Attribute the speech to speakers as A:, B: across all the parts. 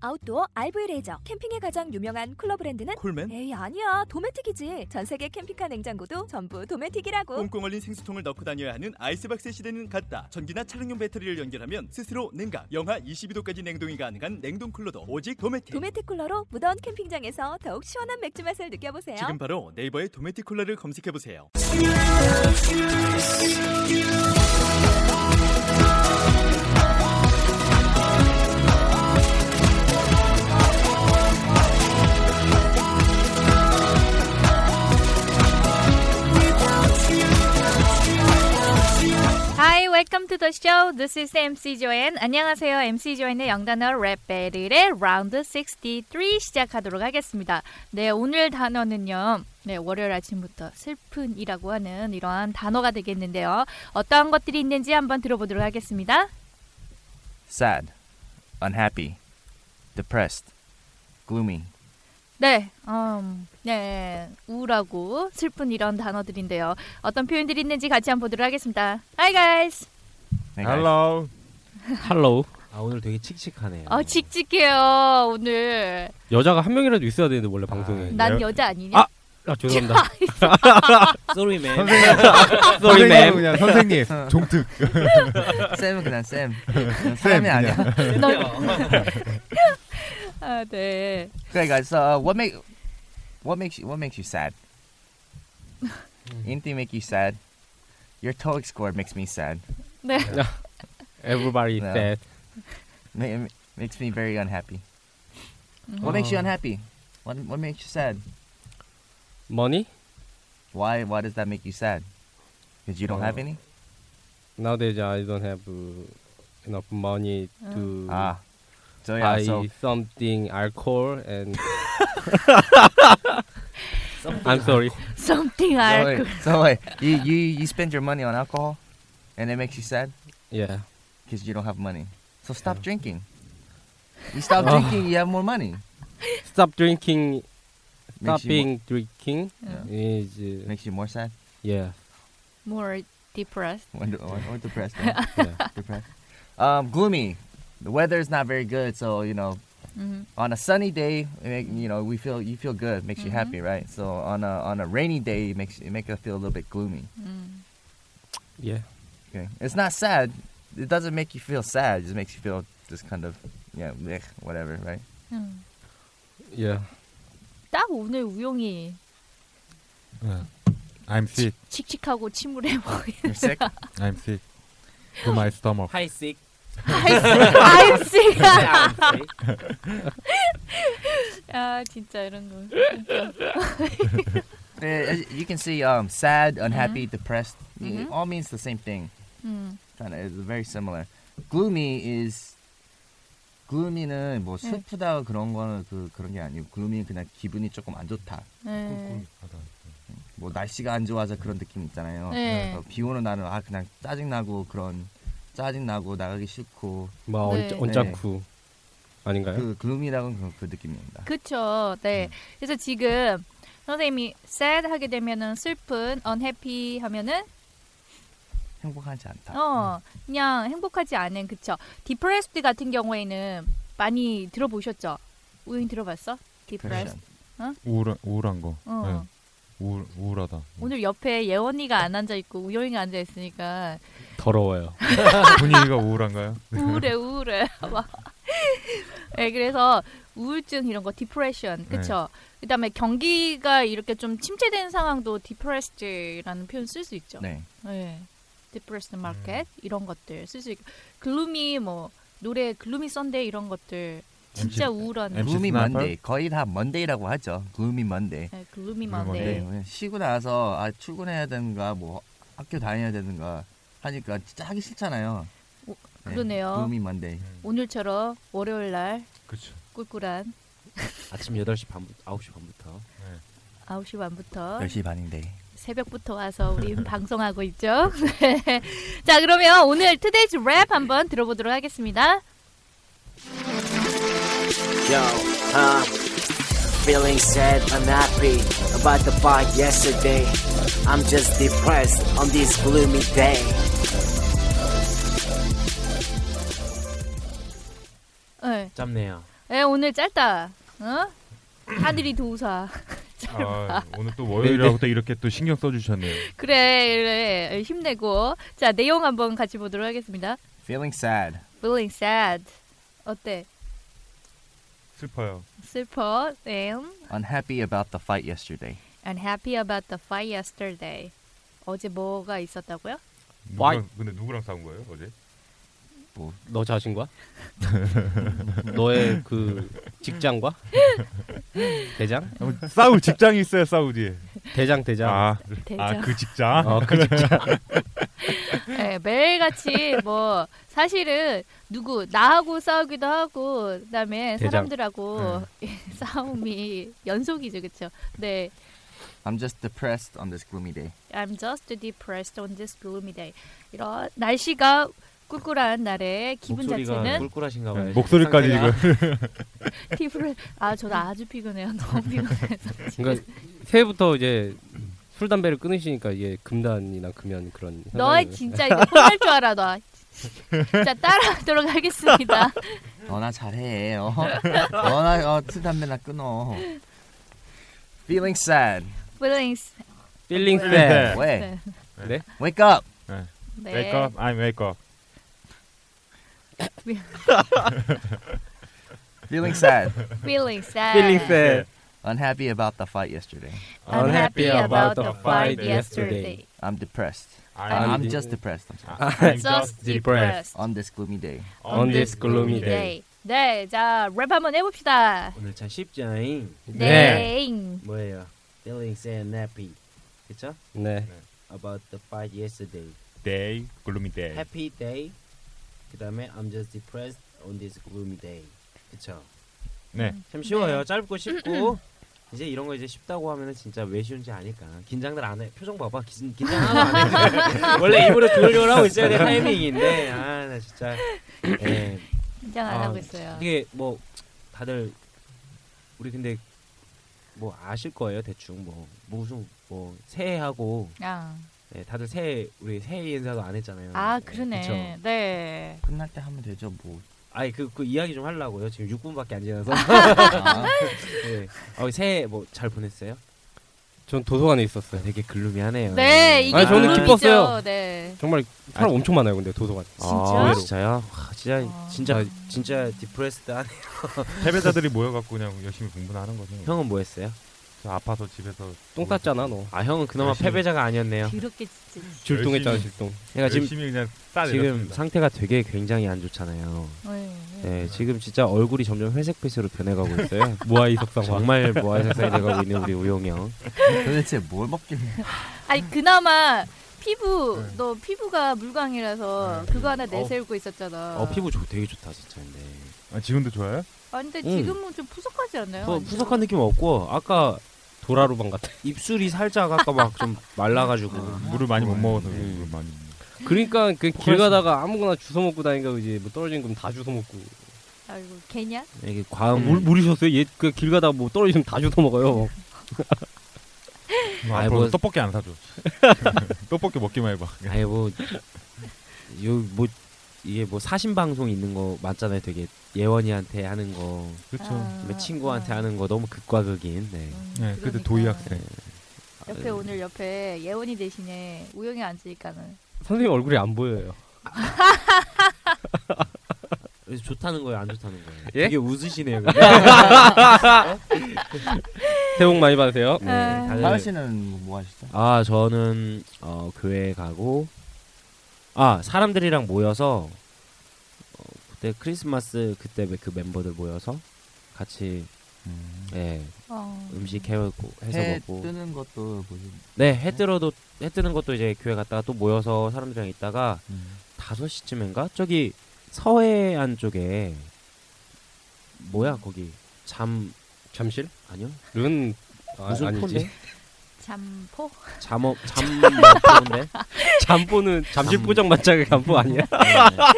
A: 아웃도어 RV 레저 캠핑에 가장 유명한 쿨러 브랜드는
B: 콜맨?
A: 에이 아니야 도메틱이지 전 세계 캠핑카 냉장고도 전부 도메틱이라고
B: 꽁꽁 얼린 생수통을 넣고 다녀야 하는 아이스박스 시대는 갔다. 전기나 차량용 배터리를 연결하면 스스로 냉각, 영하 22도까지 냉동이 가능한 냉동 쿨러도 오직 도메틱.
A: 도메틱 쿨러로 무더운 캠핑장에서 더욱 시원한 맥주 맛을 느껴보세요
B: 지금 바로 네이버에 도메틱 쿨러를 검색해 보세요.
C: Hi, welcome to the show. This is MC Joanne. 안녕하세요. MC Joanne의 영단어 랩 배틀의 라운드 63 시작하도록 하겠습니다. 네, 오늘 단어는요. 네, 월요일 아침부터 슬픈이라고 하는 이러한 단어가 되겠는데요. 어떠한 것들이 있는지 한번 들어보도록 하겠습니다.
D: sad, unhappy, depressed, gloomy.
C: 네, 음, 네, 우울하고 슬픈 이런 단어들인데요. 어떤 표현들이 있는지 같이 한번 보도록 하겠습니다. Hi guys.
D: 네,
E: Hello.
F: 할로우.
G: 아 오늘 되게 칙칙하네요.
C: 어, 직직해요 오늘.
F: 여자가 한 명이라도 있어야 되는데
D: 아.
F: 원래 방송에.
C: 난
E: 네.
C: 여자 아니냐?
F: 아 죄송합니다.
G: Sorry man.
E: 선생님.
F: Sorry, ma'am.
E: 선생님 그냥 선생님. 종특.
D: guys. 쌤은 그냥 쌤. 그냥 사람이 아니야.
C: 아, 네.
D: Okay, guys. Uh, what make what makes you what makes you sad? Anything make you sad? Your TOEIC score makes me sad.
C: 네.
F: Everybody
D: 네.
F: said.
D: Ma- It makes me very unhappy. What makes you unhappy? What what makes you sad?
F: Money?
D: Why why does that make you sad? Because you don't have any.
F: Nowadays I don't have uh, enough money to
D: Ah. So yeah.
F: buy
D: So
F: something alcohol and. I'm sorry.
C: Something
D: so
C: I
D: wait, so wait, you you you spend your money on alcohol, and it makes you sad.
F: Yeah.
D: because you don't have money. So stop drinking. You stop drinking, you have more money.
F: Stop drinking.
D: Makes you
F: Stopping drinking
D: Yeah.
F: is
D: more,
F: uh,
D: makes you more sad
F: yeah.
C: more depressed.
D: or, or, or depressed. huh?
F: yeah.
D: depressed. Um, gloomy. The weather is not very good, so you know,
C: 음.
D: on a sunny day, it make, you know, we feel you feel good, makes you happy, right? So on a on a rainy day, it makes it make us feel a little bit gloomy.
C: 음.
F: Yeah.
D: Okay, it's not sad. It doesn't make you feel sad. It just makes you feel just kind of yeah, blech, whatever, right?
C: 음.
F: Yeah.
C: 딱 오늘 우영이
E: I'm sick.
C: 칙칙하고 침울해 보이.
D: You're sick.
E: I'm sick. To my stomach.
G: Hi sick.
C: 아이씨가.
G: I'm sick.
C: 아 진짜 이런 거. 음,
D: Uh, as you can see, um, sad, unhappy, depressed, it all means the same thing.
C: 음.
D: Kinda, it's very similar. Gloomy is gloomy는 뭐
C: 네.
D: 슬프다 그런 거는 그 그런 게 아니고 gloomy 그냥 기분이 조금 안 좋다.
C: 네.
D: 뭐 날씨가 안 좋아서 그런 느낌 있잖아요.
C: 네.
D: 그래서 비 오는 날은 아 그냥 짜증 나고 그런 짜증 나고 나가기 싫고
F: 뭐
C: 네.
F: 언- 언짢고
E: 네.
F: 아닌가요?
D: 그 gloommy라고는 그, 그 느낌입니다.
C: 그쵸. 네. 그래서 지금 선생님이 sad 하게 되면은 슬픈, unhappy 하면은
D: 행복하지 않다.
C: 어 그냥 행복하지 않은 그쵸. depressed 같은 경우에는 많이 들어보셨죠? 우영이 들어봤어? depressed.
D: depression.
E: 우울한 우울한 거.
C: 어.
E: 네. 우울 우울하다.
C: 오늘 옆에 예원이가 안 앉아 있고 우영이가 앉아 있으니까
F: 더러워요.
E: 분위기가 우울한가요?
C: 우울해 우울해 막. 네, 그래서 우울증 이런 거 디프레션 그쵸 그다음에 경기가 이렇게 좀 침체된 상황도 디프레스드라는 표현 쓸 수 있죠
D: 네.
C: 네. 디프레스드 마켓 이런 것들 쓸 수 있고 글루미 뭐 노래 글루미 썬데이 이런 것들 진짜 우울한
E: MC
D: gloomy
E: 스나이퍼?
D: Monday 거의 다 Monday라고 하죠. gloomy Monday.
C: 네, 글루미
D: 네.
C: 만데
E: Monday.
D: 네. 쉬고 나서 아 출근해야 되는가 뭐 학교 다녀야 되는가 하니까 진짜 하기 싫잖아요.
C: 오, 어, 그러네요.
D: 네, 이 만데.
C: 오늘처럼 월요일 날
E: 그렇죠.
C: 꿀꿀한
G: 아침 8시 반부터 9시 반부터.
C: 9시 반부터
D: 10시 반인데.
C: 새벽부터 와서 우리 방송하고 있죠. 네. 자, 그러면 오늘 투데이즈 랩 한번 들어보도록 하겠습니다.
H: Yo, huh? Feeling sad, unhappy about the bar yesterday. I'm just depressed on this gloomy day.
C: 네.
G: 짧네요.
C: 네, 오늘 짧다. 어? 하늘이 도우사.
E: 아, 오늘 또 월요일이라고 또 이렇게 또 신경 써주셨네요.
C: 그래, 그래. 힘내고. 자, 내용 한번 같이 보도록 하겠습니다.
D: Feeling sad.
C: Feeling sad. 어때?
E: 슬퍼요.
C: 슬퍼. 네. And
D: Unhappy about the fight yesterday.
C: unhappy about the fight yesterday. 어제 뭐가 있었다고요?
E: 누구랑, 근데 누구랑 싸운 거예요 어제?
F: 너 자신과? 너의 그 직장과? 대장?
E: 싸울 직장이 있어요 싸우지.
F: 대장 대장.
E: 아.
C: 대장.
E: 아그 직장.
F: 어, 그 직장.
C: 네, 매일같이 뭐 사실은 누구 나하고 싸우기도 하고 그다음에
F: 대장.
C: 사람들하고 예, 싸움이 연속이죠, 그렇죠? 네,
D: I'm just depressed on this gloomy day.
C: I'm just depressed on this gloomy day. 이런 날씨가 꿀꿀한 날에 기분
G: 목소리가
C: 자체는
G: 꿀꿀하신가
E: 네.
G: 봐요.
E: 목소리까지
G: 상태가.
E: 지금
C: 피부를 아 저도 아주 피곤해요, 너무 피곤해서.
F: 그러니까 새해부터 이제 술 담배를 끊으시니까 이게 금단이나 금연 그런.
C: 너
F: 현상이-
C: 진짜 이거 혼날 줄 알아, 너. 자 따라하도록 하겠습니다.
D: 너나 잘해. 어? 너나 어, 술 담배나 끊어. Feeling sad.
C: Feelings.
F: feeling sad.
D: 왜?
F: 네.
D: Wake up.
C: 네.
E: wake up, I'm wake up.
D: Feeling sad.
C: Feelings.
F: feeling sad.
D: Unhappy about the fight yesterday.
C: Unhappy about the fight yesterday.
D: I'm depressed.
E: I'm,
D: I'm
F: de-
D: just depressed. I'm sorry.
E: I'm
C: Just depressed
D: On this gloomy day.
F: on this gloomy
C: day. 네, 자 랩 한번 해봅시다.
G: 오늘 참 쉽죠잉. 아,
C: 네.
G: 뭐예요? Feeling sad and happy. 그쵸?
F: 네.
G: About the fight yesterday.
E: day, gloomy day.
G: Happy day. 그 다음에 I'm just depressed on this gloomy day. 그쵸?
E: 네.
C: 음,
G: 참 쉬워요. 짧고 쉽고. 이제 이런 거 이제 쉽다고 하면은 진짜 왜 쉬운지 아니까 긴장들 안 해. 표정 봐봐. 긴, 긴장하고 안 해. 원래 입으로 돌려고 하고 있어야 될 타이밍인데 아 나 진짜 예.
C: 긴장 안
G: 아,
C: 하고 있어요.
G: 이게 뭐 다들 우리 근데 뭐 아실 거예요 대충 뭐 무슨 뭐 새해하고
C: 아,
G: 예, 다들 새해 우리 새해 인사도 안 했잖아요.
C: 아
G: 예,
C: 그러네.
G: 그쵸?
C: 네.
D: 끝날 때 하면 되죠. 뭐.
G: 아니 그, 그 이야기 좀 하려고요. 지금 6분밖에 안 지나서.
D: 아,
G: 예. 어, 새해 뭐 잘 보냈어요?
F: 전 도서관에 있었어요.
G: 네. 되게 글루미하네요.
C: 네, 이게
F: 아니, 저는
C: 그룹이죠.
F: 기뻤어요.
C: 네.
F: 정말 사람 엄청 많아요. 근데 도서관.
G: 아,
C: 진짜?
G: 진짜요? 와, 진짜
C: 아.
G: 진짜 진짜 아, 디프레스다.
E: 패배자들이 모여갖고 그냥 열심히 공부나 하는 거죠.
G: 형은 뭐 했어요?
E: 저 아파서 집에서 뭐
F: 똥 쌌잖아 너.
G: 아 형은 그나마
E: 열심히.
G: 패배자가 아니었네요.
C: 그렇게 진짜.
F: 질동했잖아
E: 열심히.
F: 질동.
G: 그러니까 지금
E: 열심히 그냥 싸
G: 지금
E: 내렸습니다.
G: 상태가 되게 굉장히 안 좋잖아요.
C: 네. 네.
G: 네, 지금 진짜 얼굴이 점점 회색빛으로 변해가고 있어요.
F: 모아이 석상화.
G: 정말 모아세상이 돼가고 있는 우리 우용 형.
D: 도대체 뭘 먹길래.
C: 아니 그나마 피부
G: 네.
C: 너 피부가 물광이라서 그거 하나 내세우고 있었잖아.
G: 어 피부 좋, 되게 좋다 진짜. 근데
E: 아, 지금도 좋아요?
C: 아 근데
G: 음. 어,
C: 지금은 좀 푸석하지 않나요?
G: 뭐 푸,
C: 완전?
G: 푸석한 느낌 없고 아까
F: 도라로방 같아.
G: 입술이 살짝 아까 막 좀 말라가지고
C: 아.
E: 물을 많이 못 먹어서
G: 네.
E: 물을 많이. 먹는 거.
F: 그러니까 그 길 가다가 아무거나 주워 먹고 다니니까 이제 뭐 떨어진 건 다 주워 먹고.
C: 아이고 개냐?
G: 이게 과음
F: 아, 물 물이셨어요? 얘 그 길 가다가 뭐 떨어지면 다 주워 먹어요.
E: 뭐
G: 아이,
E: 앞으로
G: 뭐-
E: 떡볶이 안 사줘. 떡볶이 먹기만 해봐.
G: 아니 뭐, 뭐요뭐 이게 뭐 사신 방송 있는 거 맞잖아요. 되게 예원이한테 하는 거,
E: 그렇죠.
C: 아.
G: 내 친구한테 하는 거 너무 극과 극인. 네.
C: 음,
E: 네, 그때
C: 그러니까.
E: 도희 학생.
C: 옆에 오늘 옆에 예원이 대신에 우영이 앉으니까는
F: 선생님 얼굴이 안 보여요.
G: 그래서 좋다는 거예요, 안 좋다는 거예요.
F: 예?
G: 되게 웃으시네요. 근데.
F: 새해 복 많이 받으세요.
G: 네, 다들
D: 하나 씨는 뭐 하시죠?
G: 아 저는 어, 교회 가고 아 사람들이랑 모여서 어, 그때 크리스마스 그때 그 멤버들 모여서 같이 예
C: 어.
G: 음식 해 먹고 해서
D: 해
G: 먹고
D: 뜨는 것도 뭐지?
G: 네해 뜨러도 해 뜨는 것도 이제 교회 갔다가 또 모여서 사람들이랑 있다가
D: 음.
G: 5시쯤인가 저기 서해안 쪽에 뭐야 거기 잠
F: 잠실?
G: 아니요
F: 른 아,
G: 무슨
F: 아니지.
G: 폰데
C: 잠포?
G: 잠업 뭐 잠인데 네,
F: 잠보는 잠실 포장 만장의 간보 아니야?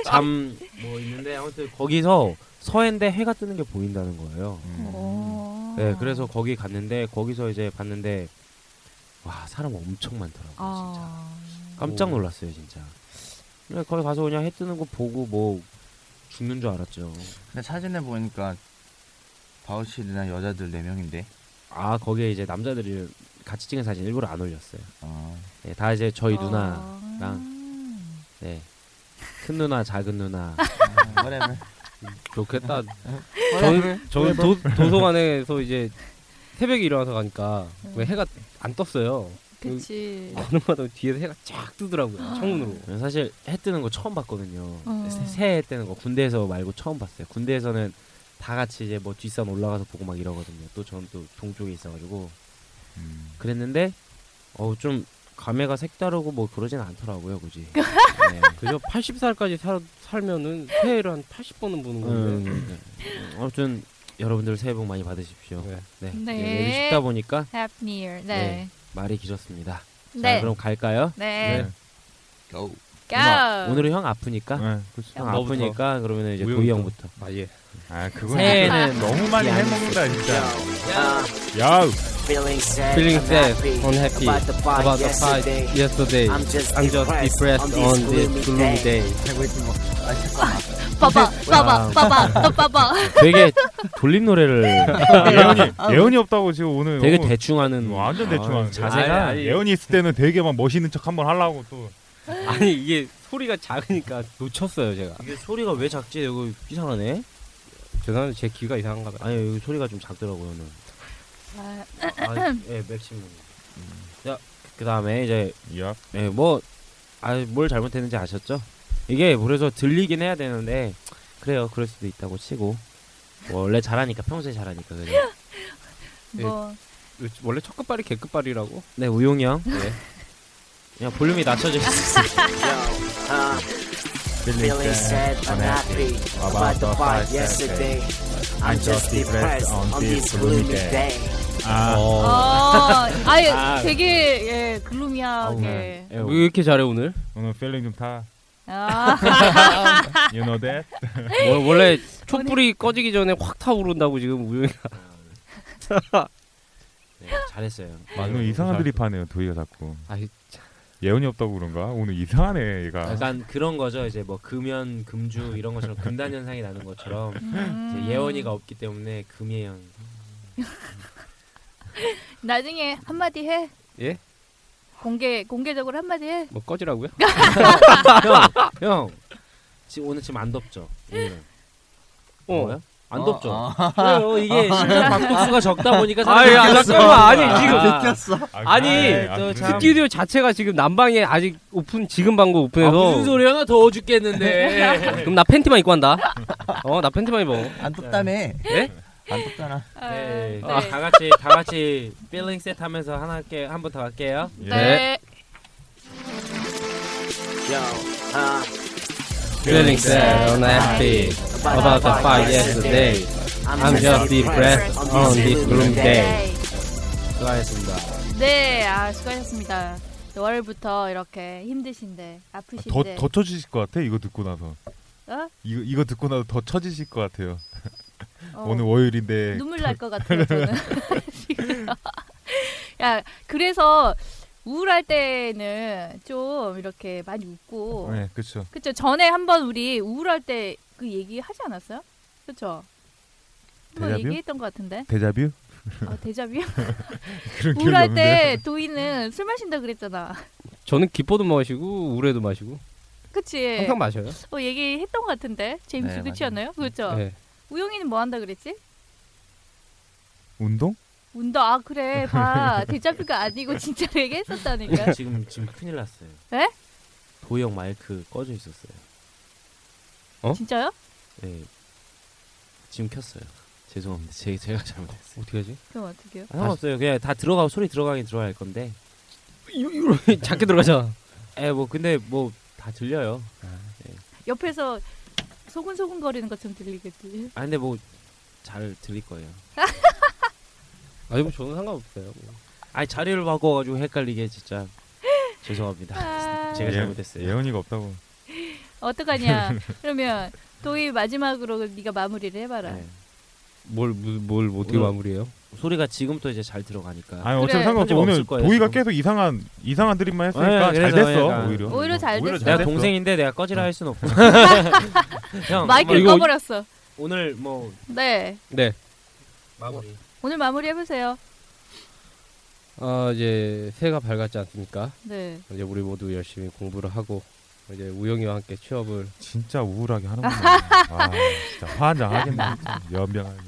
G: 잠뭐 있는데 아무튼 거기서 서해인데 해가 뜨는 게 보인다는 거예요.
D: 음.
C: 뭐. 오.
G: 음. 네, 그래서 거기 갔는데 거기서 이제 봤는데 와 사람 엄청 많더라고요. 진짜.
C: 아.
G: 깜짝 놀랐어요 진짜. 그냥 거기 가서 그냥 해 뜨는 거 보고 뭐 죽는 줄 알았죠.
D: 근데 사진을 보니까 바우실이나 여자들 네 명인데.
G: 아 거기에 이제 남자들이 같이 찍은 사진 일부러 안 올렸어요.
D: 아,
G: 네, 다 이제 저희
C: 아.
G: 누나,
C: 누나랑
G: 네. 큰 누나, 작은 누나.
D: 아, whatever.
F: 좋겠다.
G: 아, 네,
D: whatever.
F: 저는 아. 도, 도서관에서 이제 새벽에 일어나서 가니까
G: 네.
F: 왜 해가 안 떴어요.
C: 그치.
F: 어느 마다 뒤에서 해가 쫙 뜨더라고요.
G: 아.
F: 창문으로.
G: 저는 네, 사실 해 뜨는 거 처음 봤거든요.
C: 어.
G: 새- 새해 뜨는 거 군대에서 말고 처음 봤어요. 군대에서는 다 같이 이제 뭐 뒷산 올라가서 보고 막 이러거든요. 또 저는 또 동쪽에 있어가지고
D: 음.
G: 그랬는데 어좀 감회가 색다르고 뭐 그러진 않더라고요, 굳이. 네.
F: 그죠? 80살까지 살, 살면은 새해를 한 80번은 보는 건데.
G: 음, 네. 아무튼 여러분들 새해 복 많이 받으십시오.
F: 네.
G: 네.
C: 네.
G: 네, 얘기 쉽다 보니까
C: Happy New Year. 네.
G: 말이 길었습니다.
C: 네.
G: 자, 그럼 갈까요?
C: 네.
E: 네.
D: Go.
C: Go.
G: 오늘은 형 아프니까.
E: 네, 그렇죠.
G: 형
F: 너부터.
G: 아프니까 그러면 이제
E: 우영부터.
G: 고이 형부터.
F: 아 예.
E: 아 그건
G: 새해는
E: 너무 많이 해먹는다 진짜.
H: Uh,
E: 야우.
H: feeling sad,
F: Feeling sad,
H: unhappy
F: unhappy
H: about the fight
F: about the fight
H: yesterday.
F: yesterday.
H: I'm just
F: I'm just
H: depressed
F: depressed on this gloomy day.
C: 봐봐,
G: 아.
C: 봐봐, 봐봐, 또 봐봐.
G: 되게 돌림 노래를
E: 예언이 예언이 없다고 지금 오늘
G: 되게
E: 너무
G: 대충 하는 아,
E: 완전 대충 하는데.
G: 자세가
F: 아니, 아니.
E: 예언이 있을 때는 되게 막 멋있는 척 한번 하려고 또
F: 아니 이게 소리가 작으니까 놓쳤어요 제가.
G: 이게 소리가 왜 작지? 이거 이상하네.
F: 죄송한데 제 귀가 이상한가 봐요.
G: 아니 여기 소리가 좀 작더라고요. 오늘. 아, 예, 맥심. 자, 음. 그다음에 이제
E: 야.
G: 예, 뭐, 아, 뭘 잘못했는지 아셨죠? 이게 그래서 들리긴 해야 되는데 그래요, 그럴 수도 있다고 치고 원래 잘하니까 평소에 잘하니까 그냥. 예.
C: 뭐
F: 원래 첫 끝발이 개 끝발이라고.
G: 네, 우용이 형. 네. 그냥 볼륨이 낮춰져 있어.
H: Uh, feeling sad, unhappy about the fight yesterday. I'm just depressed on this gloomy day.
C: 어, 아유, 되게 예, 글루미하게.
G: 예,
F: 왜 이렇게 잘해 오늘?
E: 오늘 필링 좀 타.
C: 아,
E: You know that?
F: 원- 원래 촛불이 꺼지기 전에 확 타오른다고 지금 우영이
G: 네, 잘했어요.
E: 오늘
G: 아,
E: 이상한 드립하네요. 도희가 자꾸.
F: 아이,
E: 예언이 없다고 그런가? 오늘 이상하네 얘가.
G: 약간 그런 거죠. 이제 뭐 금연, 금주 이런 것처럼 금단 현상이 나는 것처럼
C: 음.
G: 이제 예원이가 없기 때문에 금예현.
C: 음. 나중에 한마디 해.
F: 예?
C: 공개 공개적으로 한마디
G: 네.
C: 해.
F: 뭐 꺼지라고요?
G: 형, 형. 지금 오늘 지금 안 덥죠? 오늘은.
F: 어.
G: 뭐야? 안 덥죠?
D: 아,
G: 왜요? 이게 진짜 박독수가 적다 보니까
F: 아니, 아, 잠깐만. 아니, 지금
D: 느꼈어.
F: 아니,
G: 저 참-
F: 스튜디오 자체가 지금 난방에 아직 오픈 지금 방금
G: 아,
F: 오픈해서
G: 무슨 소리야? 나 더워 죽겠는데.
F: 그럼 나 팬티만 입고 한다. 어, 나 팬티만 입어.
D: 안 덥다며.
F: 예?
D: 안 덥잖아.
G: 네,
C: 네.
G: 아, 다 같이 다 같이 필링 셋 하면서 하나 할게 한번 더 할게요.
C: 네.
H: Yo, uh,
F: Feeling sad, unhappy 네, about the fight yesterday. I'm just depressed on this gloomy day.
G: 수고하셨습니다.
C: 네, 아 수고하셨습니다. 월부터 이렇게 힘드신데 아프신데
E: 더더 쳐지실 것 같아. 이거 듣고 나서.
C: 어?
E: 이거 이거 듣고 나서 더 쳐지실 것 같아요.
C: 어,
E: 오늘 월요일인데.
C: 눈물 날 것 같아요. 저는 지금. 야 그래서 우울할 때는 좀 이렇게 많이 웃고
E: 네, 그렇죠.
C: 그쵸 전에 한번 우리 우울할 때 그 얘기 하지 않았어요? 그쵸? 한번
E: 데자뷰?
C: 얘기했던 것 같은데
E: 데자뷰?
C: 아, 데자뷰?
E: 그런 기억이
C: 우울할
E: 없는데.
C: 때 도희는 술 마신다 그랬잖아.
F: 저는 기뻐도 마시고 우울해도 마시고
C: 그치?
F: 항상 마셔요.
C: 어, 얘기했던 것 같은데 제임스
D: 네,
C: 그렇지
D: 맞아요.
C: 않나요? 그렇죠.
F: 예.
C: 우영이는 뭐 한다 그랬지?
E: 운동?
C: 운다. 아 그래 봐 데자뷰가 아니고 진짜 로 얘기했었다니까.
G: 네, 지금 지금 큰일 났어요.
C: 에?
G: 도형 마이크 꺼져 있었어요.
C: 진짜요?
G: 네. 지금 켰어요. 죄송합니다. 제, 제가 잘못했어요.
F: 어떻게 하지?
C: 그럼 어떡해요?
G: 아, 상관없어요. 그냥 다 들어가고 소리 들어가긴 들어갈 건데.
F: 작게 들어가자.
G: 에 뭐 근데 뭐 다 들려요.
C: 옆에서 소근소근 거리는 것처럼 들리겠지.
G: 아 근데 뭐 잘 들릴 거예요.
F: 아니 뭐 저는 상관없어요. 뭐.
G: 아니 자리를 바꿔가지고 헷갈리게 진짜 죄송합니다. 제가 잘못했어요.
E: 예언이가 없다고.
C: 어떡하냐? 그러면 도희 마지막으로 네가 마무리를 해봐라.
G: 네.
F: 뭘뭘 어떻게
G: 오늘-
F: 마무리해요?
G: 소리가 지금부터 이제 잘 들어가니까.
E: 아니
C: 그래.
E: 어차피 상관없어.
G: 편집
E: 오늘
G: 없을 거예요,
E: 도희가
G: 지금.
E: 계속 이상한 이상한 드립만
G: 네,
E: 했으니까 잘
G: 그래서
E: 됐어
G: 약간.
E: 오히려.
C: 오히려 잘 됐어.
E: 잘
G: 내가
E: 됐어.
G: 동생인데 내가 꺼지라 할 순 없고. 형뭐
C: 마이크를
F: 이거-
C: 꺼버렸어.
G: 오늘 뭐
C: 네.
F: 네.
G: 마무리.
C: 오늘 마무리 해보세요.
F: 어, 이제 새해가 밝았지 않습니까?
C: 네.
F: 이제 우리 모두 열심히 공부를 하고 이제 우영이와 함께 취업을
E: 진짜 우울하게 하는구나. 아, 진짜 화한장 하겠네. 연병하게.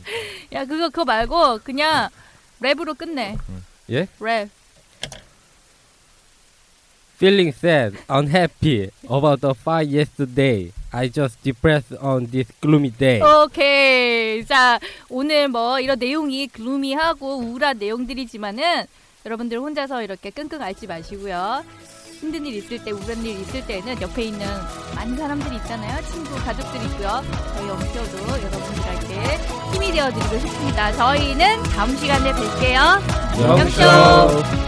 C: 야 그거 그거 말고 그냥 랩으로 끝내.
F: 예?
C: 랩.
F: Feeling sad, unhappy about the fire yesterday. I just depressed on this gloomy day.
C: 오케이. 자 오늘 뭐 이런 내용이 글루미하고 우울한 내용들이지만은 여러분들 혼자서 이렇게 끙끙 앓지 마시고요. 힘든 일 있을 때, 우울한 일 있을 때는 옆에 있는 많은 사람들이 있잖아요. 친구, 가족들이 있고요. 저희 엄쇼도 여러분들에게 힘이 되어드리고 싶습니다. 저희는 다음 시간에 뵐게요.
F: 영쇼.
C: 영쇼.